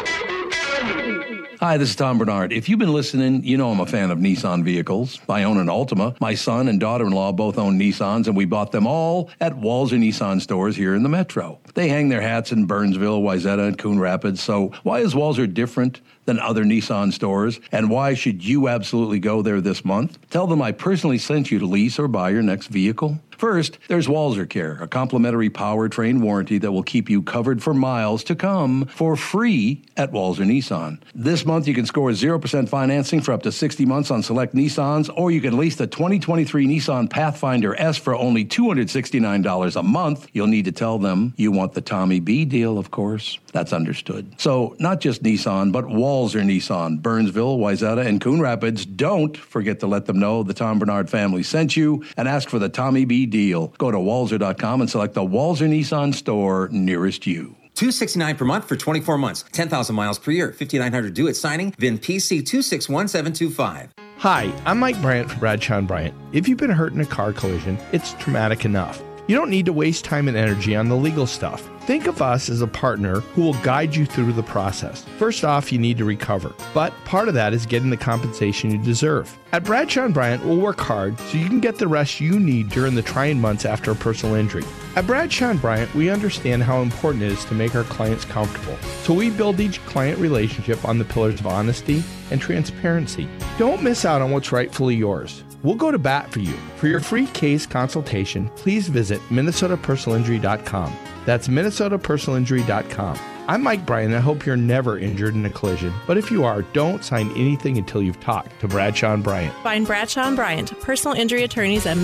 Hi, this is Tom Bernard. If you've been listening, you know I'm a fan of Nissan vehicles. I own an Altima. My son and daughter in law both own Nissans, and we bought them all at Walzer Nissan stores here in the metro. They hang their hats in Burnsville, Wayzata, and Coon Rapids. So, why is Walzer different than other Nissan stores? And why should you absolutely go there this month? Tell them I personally sent you to lease or buy your next vehicle. First, there's Walzer Care, a complimentary powertrain warranty that will keep you covered for miles to come for free at Walzer Nissan. This month, you can score 0% financing for up to 60 months on select Nissans, or you can lease the 2023 Nissan Pathfinder S for only $269 a month. You'll need to tell them you want the Tommy B deal, of course. That's understood. So, not just Nissan, but Walzer Nissan, Burnsville, Wayzata, and Coon Rapids. Don't forget to let them know the Tom Bernard family sent you and ask for the Tommy B deal. Go to walzer.com and select the Walzer Nissan store nearest you.
269 per month for 24 months, 10,000 miles per year, 5900 due at signing, VIN PC 261725.
Hi, I'm Mike Bryant from Bradshaw and Bryant. If you've been hurt in a car collision, it's traumatic enough. You don't need to waste time and energy on the legal stuff. Think of us as a partner who will guide you through the process. First off, you need to recover, but part of that is getting the compensation you deserve. At Bradshaw and Bryant, we'll work hard so you can get the rest you need during the trying months after a personal injury. At Bradshaw and Bryant, we understand how important it is to make our clients comfortable, so we build each client relationship on the pillars of honesty and transparency. Don't miss out on what's rightfully yours. We'll go to bat for you. For your free case consultation, please visit minnesotapersonalinjury.com. That's minnesotapersonalinjury.com. I'm Mike Bryan. I hope you're never injured in a collision, but if you are, don't sign anything until you've talked to Bradshaw and Bryant.
Find Bradshaw and Bryant, personal injury attorneys at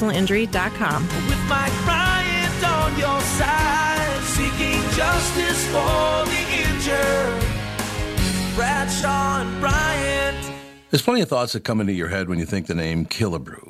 minnesotapersonalinjury.com.
With Mike Bryant on your side, seeking justice for the injured. Bradshaw and Bryant.
There's plenty of thoughts that come into your head when you think the name Killebrew.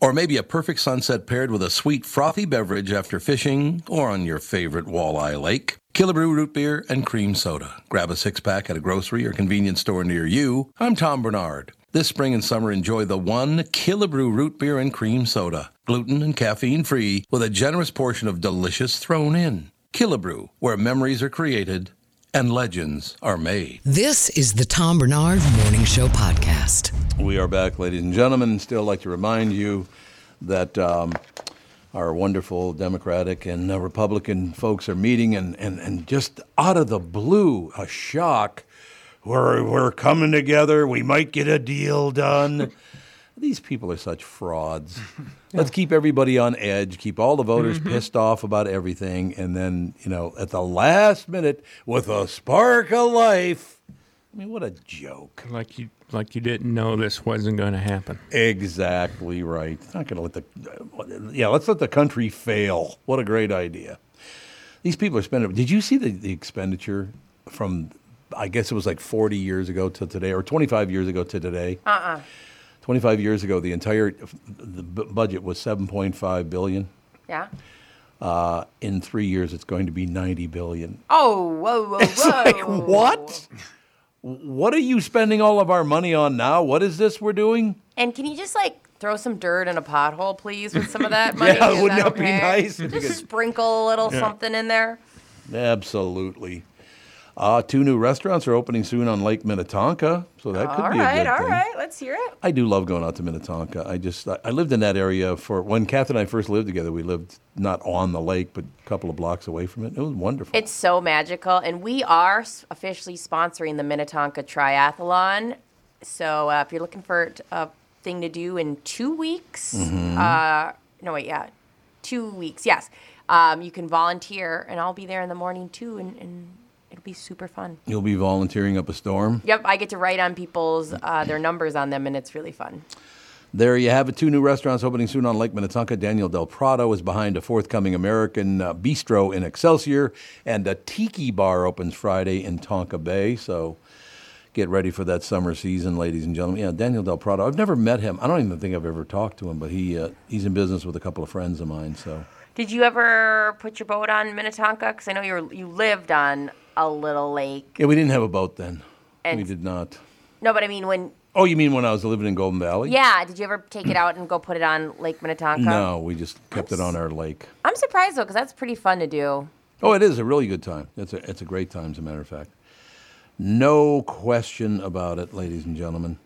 Or maybe a perfect sunset paired with a sweet, frothy beverage after fishing or on your favorite walleye lake. Killebrew root beer and cream soda. Grab a six pack at a grocery or convenience store near you. I'm Tom Bernard. This spring and summer, enjoy the one Killebrew root beer and cream soda, gluten and caffeine free, with a generous portion of delicious thrown in. Killebrew, where memories are created and legends are made.
This is the Tom Bernard Morning Show podcast.
We are back, ladies and gentlemen. Still like to remind you that um, our wonderful Democratic and uh, Republican folks are meeting, and, and, and just out of the blue, a shock. We're, we're coming together. We might get a deal done. These people are such frauds. Let's keep everybody on edge, keep all the voters
Mhm.
pissed off about everything, and then, you know, at the last minute, with a spark of life. I mean, what a joke.
Like you, like you didn't know this wasn't going to happen.
Exactly right. Not going to let the yeah. Let's let the country fail. What a great idea. These people are spending. Did you see the, the expenditure from? I guess it was like 40 years ago to today, or 25 years ago to today.
Uh uh
25 years ago, the entire the bu- budget was 7.5 billion.
Yeah.
Uh, in three years, it's going to be 90 billion.
Oh, whoa, whoa, whoa.
Like what? What are you spending all of our money on now? What is this we're doing?
And can you just like throw some dirt in a pothole, please, with some of that money?
Yeah,
Is
wouldn't that be
okay?
nice? If you
Just
could-
sprinkle a little
Yeah.
something in there.
Absolutely. Uh, two new restaurants are opening soon on Lake Minnetonka, so that could
All
be a
right,
good
all
thing.
right. Let's hear it.
I do love going out to Minnetonka. I just I I lived in that area for when Kath and I first lived together. We lived not on the lake, but a couple of blocks away from it. It was wonderful.
It's so magical. And we are s- officially sponsoring the Minnetonka Triathlon. So uh, if you're looking for t- a thing to do in two weeks,
Mhm.
Mm-hmm.
uh, no, wait, yeah, two weeks, yes, um, you can volunteer. And I'll be there in the morning too. And, and It'll be super fun.
You'll be volunteering up a storm.
Yep, I get to write on people's uh, their numbers on them, and it's really fun.
There you have it. Two new restaurants opening soon on Lake Minnetonka. Daniel Del Prado is behind a forthcoming American uh, bistro in Excelsior, and a tiki bar opens Friday in Tonka Bay. So get ready for that summer season, ladies and gentlemen. Yeah, Daniel Del Prado. I've never met him. I don't even think I've ever talked to him, but he uh, he's in business with a couple of friends of mine. So
Did you ever put your boat on Minnetonka? Because I know you were, you lived on a little lake.
yeah, we didn't have a boat then. we
And-
did not.
No, but I mean when.
Oh, you mean when I was living in Golden Valley?
Yeah, did you ever take it out and go put it on Lake Minnetonka?
No, we just kept it on our lake.
I'm surprised though, because that's pretty fun to do.
Oh, it is a really good time. It's a, it's a great time, as a matter of fact. No question about it, ladies and gentlemen.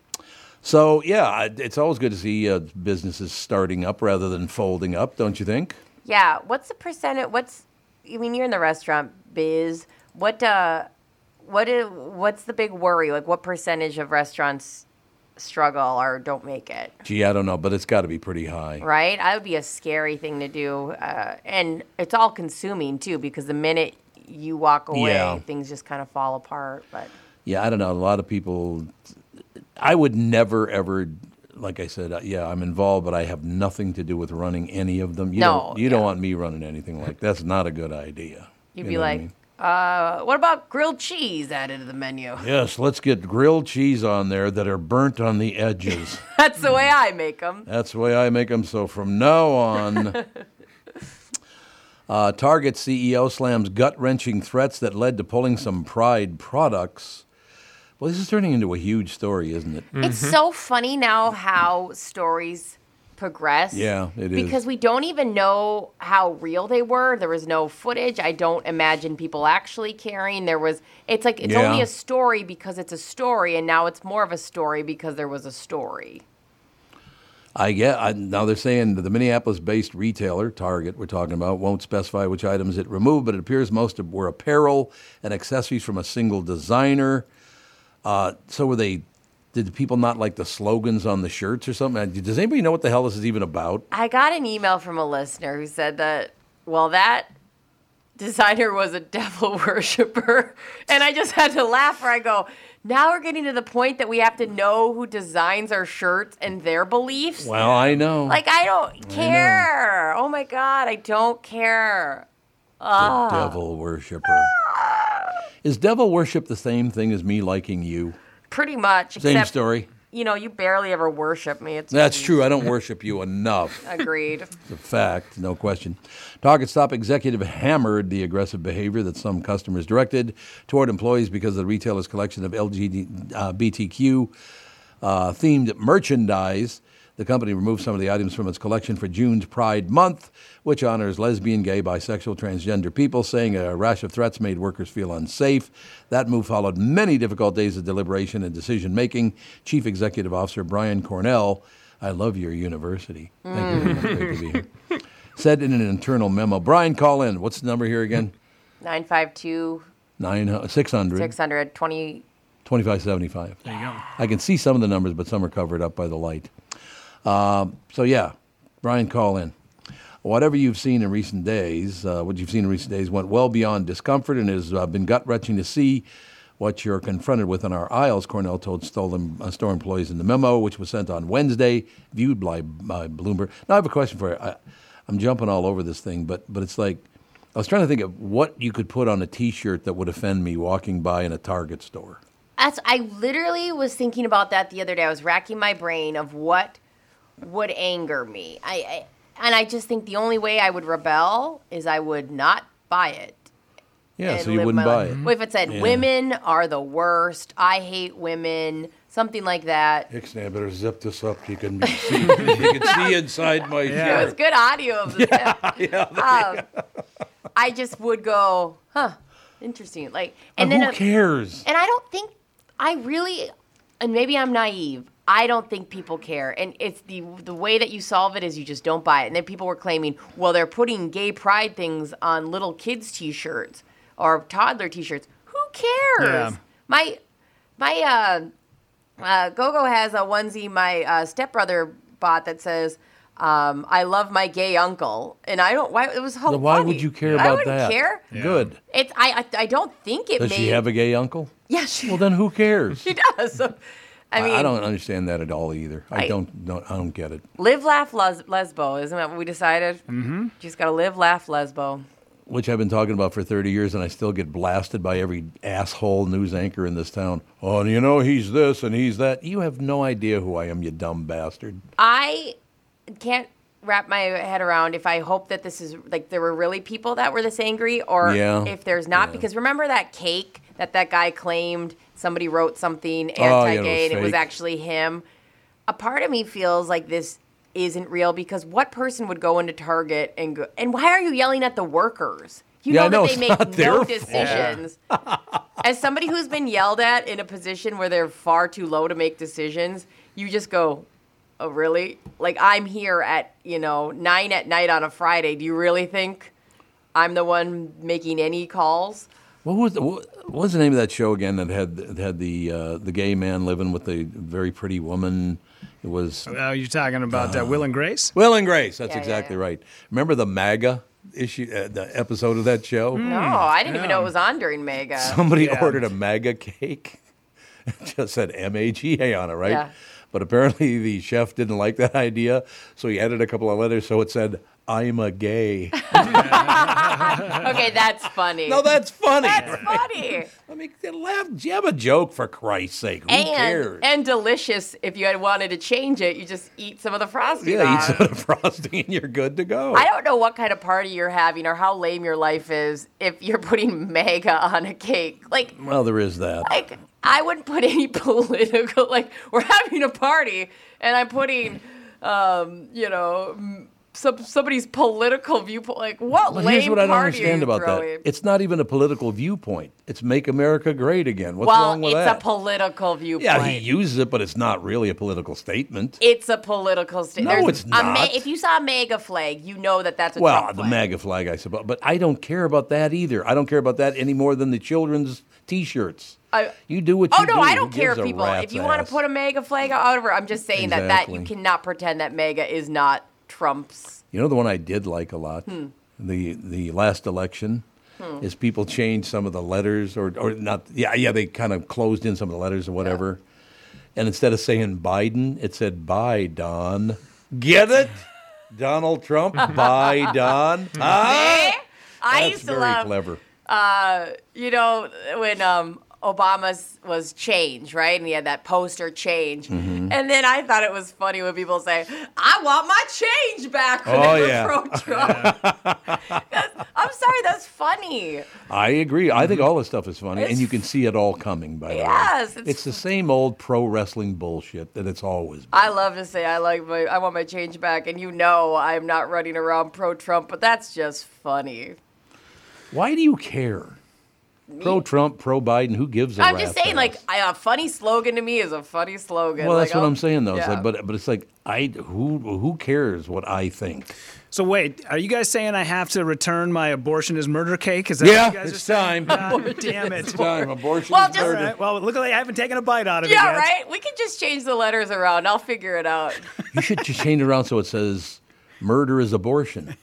So, yeah, I- it's always good to see uh, businesses starting up rather than folding up, don't you think?
Yeah. What's the percentage? What's I mean, you're in the restaurant biz. What uh, what is what's the big worry? Like, what percentage of restaurants struggle or don't make it?
Gee, I don't know, but it's got to be pretty high.
Right? That would be a scary thing to do, uh, and it's all consuming too because the minute you walk away,
Yeah.
things just kind of fall apart. But
Yeah, I don't know. A lot of people, I would never, ever, like I said, uh, yeah, I'm involved, but I have nothing to do with running any of them. You
No,
don't, you don't want me running anything like that's not a good idea.
you'd
You
be
know what I
like,
mean?
uh, what about grilled cheese added to the menu?
Yes, let's get grilled cheese on there that are burnt on the edges.
That's the way I make them.
That's the way I make them. So from now on, uh, Target CEO slams gut wrenching threats that led to pulling some Pride products. Well, this is turning into a huge story, isn't it?
It's so funny now how stories progress.
Yeah, it is.
Because we don't even know how real they were. There was no footage. I don't imagine people actually caring. There was it's like it's only
Yeah.
a story because it's a story and now it's more of a story because there was a story.
I get I, now they're saying that the Minneapolis-based retailer Target we're talking about won't specify which items it removed, but it appears most of were apparel and accessories from a single designer. Uh, so were they? Did the people not like the slogans on the shirts or something? Uh, Does anybody know what the hell this is even about?
I got an email from a listener who said that well that designer was a devil worshiper and I just had to laugh where I go now we're getting to the point that we have to know who designs our shirts and their beliefs.
Well, I know.
Like I don't care. oh my god, I don't care.
The
Ah.
devil worshiper. Is devil worship the same thing as me liking you?
Pretty much.
Same
except,
story.
You know, you barely ever worship me. It's
That's true. I don't worship you enough.
agreed.
It's a fact, no question. Target Stop executive hammered the aggressive behavior that some customers directed toward employees because of the retailer's collection of LGBTQ uh, themed merchandise. The company removed some of the items from its collection for June's Pride Month, which honors lesbian, gay, bisexual, transgender people, saying a rash of threats made workers feel unsafe. That move followed many difficult days of deliberation and decision making. Chief Executive Officer Brian Cornell, I love your university. Thank you very much. Great to be here. Said in an internal memo, Brian, call in. What's the number here again?
952
Nine hu- 600
600 20
2575.
There you go.
I can see some of the numbers, but some are covered up by the light. Um, so yeah, Brian, call in. Whatever you've seen in recent days, uh, what you've seen in recent days went well beyond discomfort and has uh, been gut wrenching to see what you're confronted with on our aisles, Cornell told stolen, uh, store employees in the memo, which was sent on Wednesday, viewed by, by Bloomberg. Now, I have a question for you. I, I'm jumping all over this thing, but, but it's like I was trying to think of what you could put on a t shirt that would offend me walking by in a Target store.
That's I literally was thinking about that the other day. I was racking my brain of what would anger me. I, I and I just think the only way I would rebel is I would not buy it.
Yeah,
and
so you
live
wouldn't
my
buy
life.
it.
Well, if it said
Yeah.
women are the worst, I hate women, something like that.
Hickson, I better zip this up. You can see, you can see inside my
It was good audio of the yeah, Um, I just would go, huh, interesting. Like, and then
who
uh,
cares?
And I don't think I really, and maybe I'm naive. I don't think people care, and it's the the way that you solve it is you just don't buy it. And then people were claiming, well, they're putting gay pride things on little kids' T-shirts or toddler T-shirts. Who cares?
Yeah.
My my uh, uh, Gogo has a onesie my uh, stepbrother bought that says Um, I love my gay uncle, and I don't. Why it was how
Then why
funny.
would you care
I
about
wouldn't
that?
care.
Good.
It's I, I. I don't think it
Does
made.
she have a gay uncle?
Yeah, she.
Well, then who cares?
she does. I mean,
don't understand that at all either. I,
I-
don't, don't. I don't get it.
Live, laugh, les- lesbo. Isn't that what we decided? Mm-hmm. Just gotta live, laugh, lesbo.
Which I've been talking about for 30 years, and I still get blasted by every asshole news anchor in this town. Oh, you know he's this and he's that. You have no idea who I am, you dumb bastard.
I can't wrap my head around if I hope that this is like there were really people that were this angry or
Yeah.
if there's not because remember that cake that that guy claimed somebody wrote something
Oh, yeah, it was
anti-gay and it was
fake.
actually him. A part of me feels like this isn't real because what person would go into Target and go and why are you yelling at the workers? You
Yeah, I
know
know,
that
it's
they
not
make
their
no
fault.
decisions. As somebody who's been yelled at in a position where they're far too low to make decisions, you just go, Oh, really? Like, I'm here at, you know, nine at night on a Friday. Do you really think I'm the one making any calls?
What was the, what, what was the name of that show again that had that had the uh, the gay man living with the very pretty woman? It was
Oh, you're talking about uh, Will and Grace?
Will and Grace. That's
Yeah, yeah,
exactly right. Remember the MAGA issue, uh, the episode of that show?
No, Oh, I didn't even know it was on during Mega.
Somebody ordered a MAGA cake. It just said M A G A on it, right?
Yeah.
But apparently the chef didn't like that idea, so he added a couple of letters so it said, I'm a gay.
okay, that's funny.
No, that's funny.
That's funny.
Let me laugh. Jab a joke for Christ's sake. Who
and
cares?
and delicious. If you had wanted to change it, you just eat some of the frosting.
yeah,
on.
eat some of the frosting and you're good to go.
I don't know what kind of party you're having or how lame your life is if you're putting mega on a cake. Like
Well, there is that.
like I wouldn't put any political like we're having a party and I'm putting um, you know m- some, somebody's political viewpoint like what
But
lame
here's what I don't
party
understand
are you
about
throwing?
that. It's not even a political viewpoint. It's make America great again. What's
well,
wrong with
it's
that?
a political viewpoint.
yeah, he uses it, but it's not really a political statement.
it's a political
No,
statement.
it's not.
if you saw a mega flag, you know that that's a
well,
Trump
the
flag.
MAGA flag, I suppose, but I don't care about that either. I don't care about that any more than the children's T-shirts.
I-
you do what
oh
you
no,
do.
I
Who
don't care,
gives a
people. If
rat's
you want
ass?
to put a mega flag out, whatever. I'm just saying that that you
Exactly.
cannot pretend that mega is not Trump's.
You know the one I did like a lot,
Hmm.
the the last election,
Hmm.
is people changed some of the letters or or not. Yeah, yeah, they kind of closed in some of the letters or whatever, and instead of saying Biden, it said Bye Don. Get it, Donald Trump. Bye Don. Ah,
See? I
that's
used to
very
love.
clever.
Uh, you know when um, Obama's was change, right? And he had that poster change.
Mhm.
And then I thought it was funny when people say, "I want my change back." When
Oh,
they were
yeah.
pro-Trump. That's- I'm sorry, that's funny.
I agree. I think all this stuff is funny, and you can see it all coming. By the
Yes,
way,
it's-
it's the same old pro wrestling bullshit that it's always. been.
I love to say I like my I want my change back, and you know I'm not running around pro-Trump, but that's just funny.
Why do you care?
Me-
Pro Trump, pro Biden. Who gives a
I'm just
rat's
saying,
ass?
like I- a funny slogan to me is a funny slogan.
Well,
Like,
that's what
oh,
I'm saying though. It's
yeah.
like, but but it's like I who who cares what I think?
So wait, are you guys saying I have to return my abortion is murder cake? Is that
Yeah,
what you guys
it's
are saying?
time.
God,
Abortion
damn it!
is It's time. Abortion
Well, is just- murder.
All right, well, it looked like I haven't taken a bite out of
yeah,
it yet.
right. We can just change the letters around. I'll figure it out.
You should just change it around so it says murder is abortion.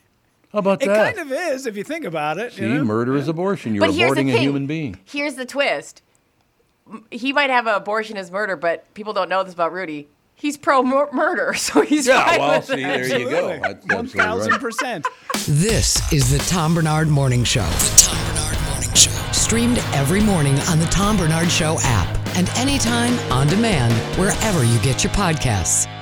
How about
It
that?
kind of is if you think about it.
See,
you know?
murder is abortion. You're
But here's the
aborting a
thing.
human being.
Here's the twist. M- He might have an abortion as murder, but people don't know this about Rudy. He's pro mur- murder, so he's
Oh,
fine with it.
go. That's
One
absolutely right.
thousand percent.
This is the Tom Bernard Morning Show. The Tom Bernard Morning Show. Streamed every morning on the Tom Bernard Show app and anytime on demand wherever you get your podcasts.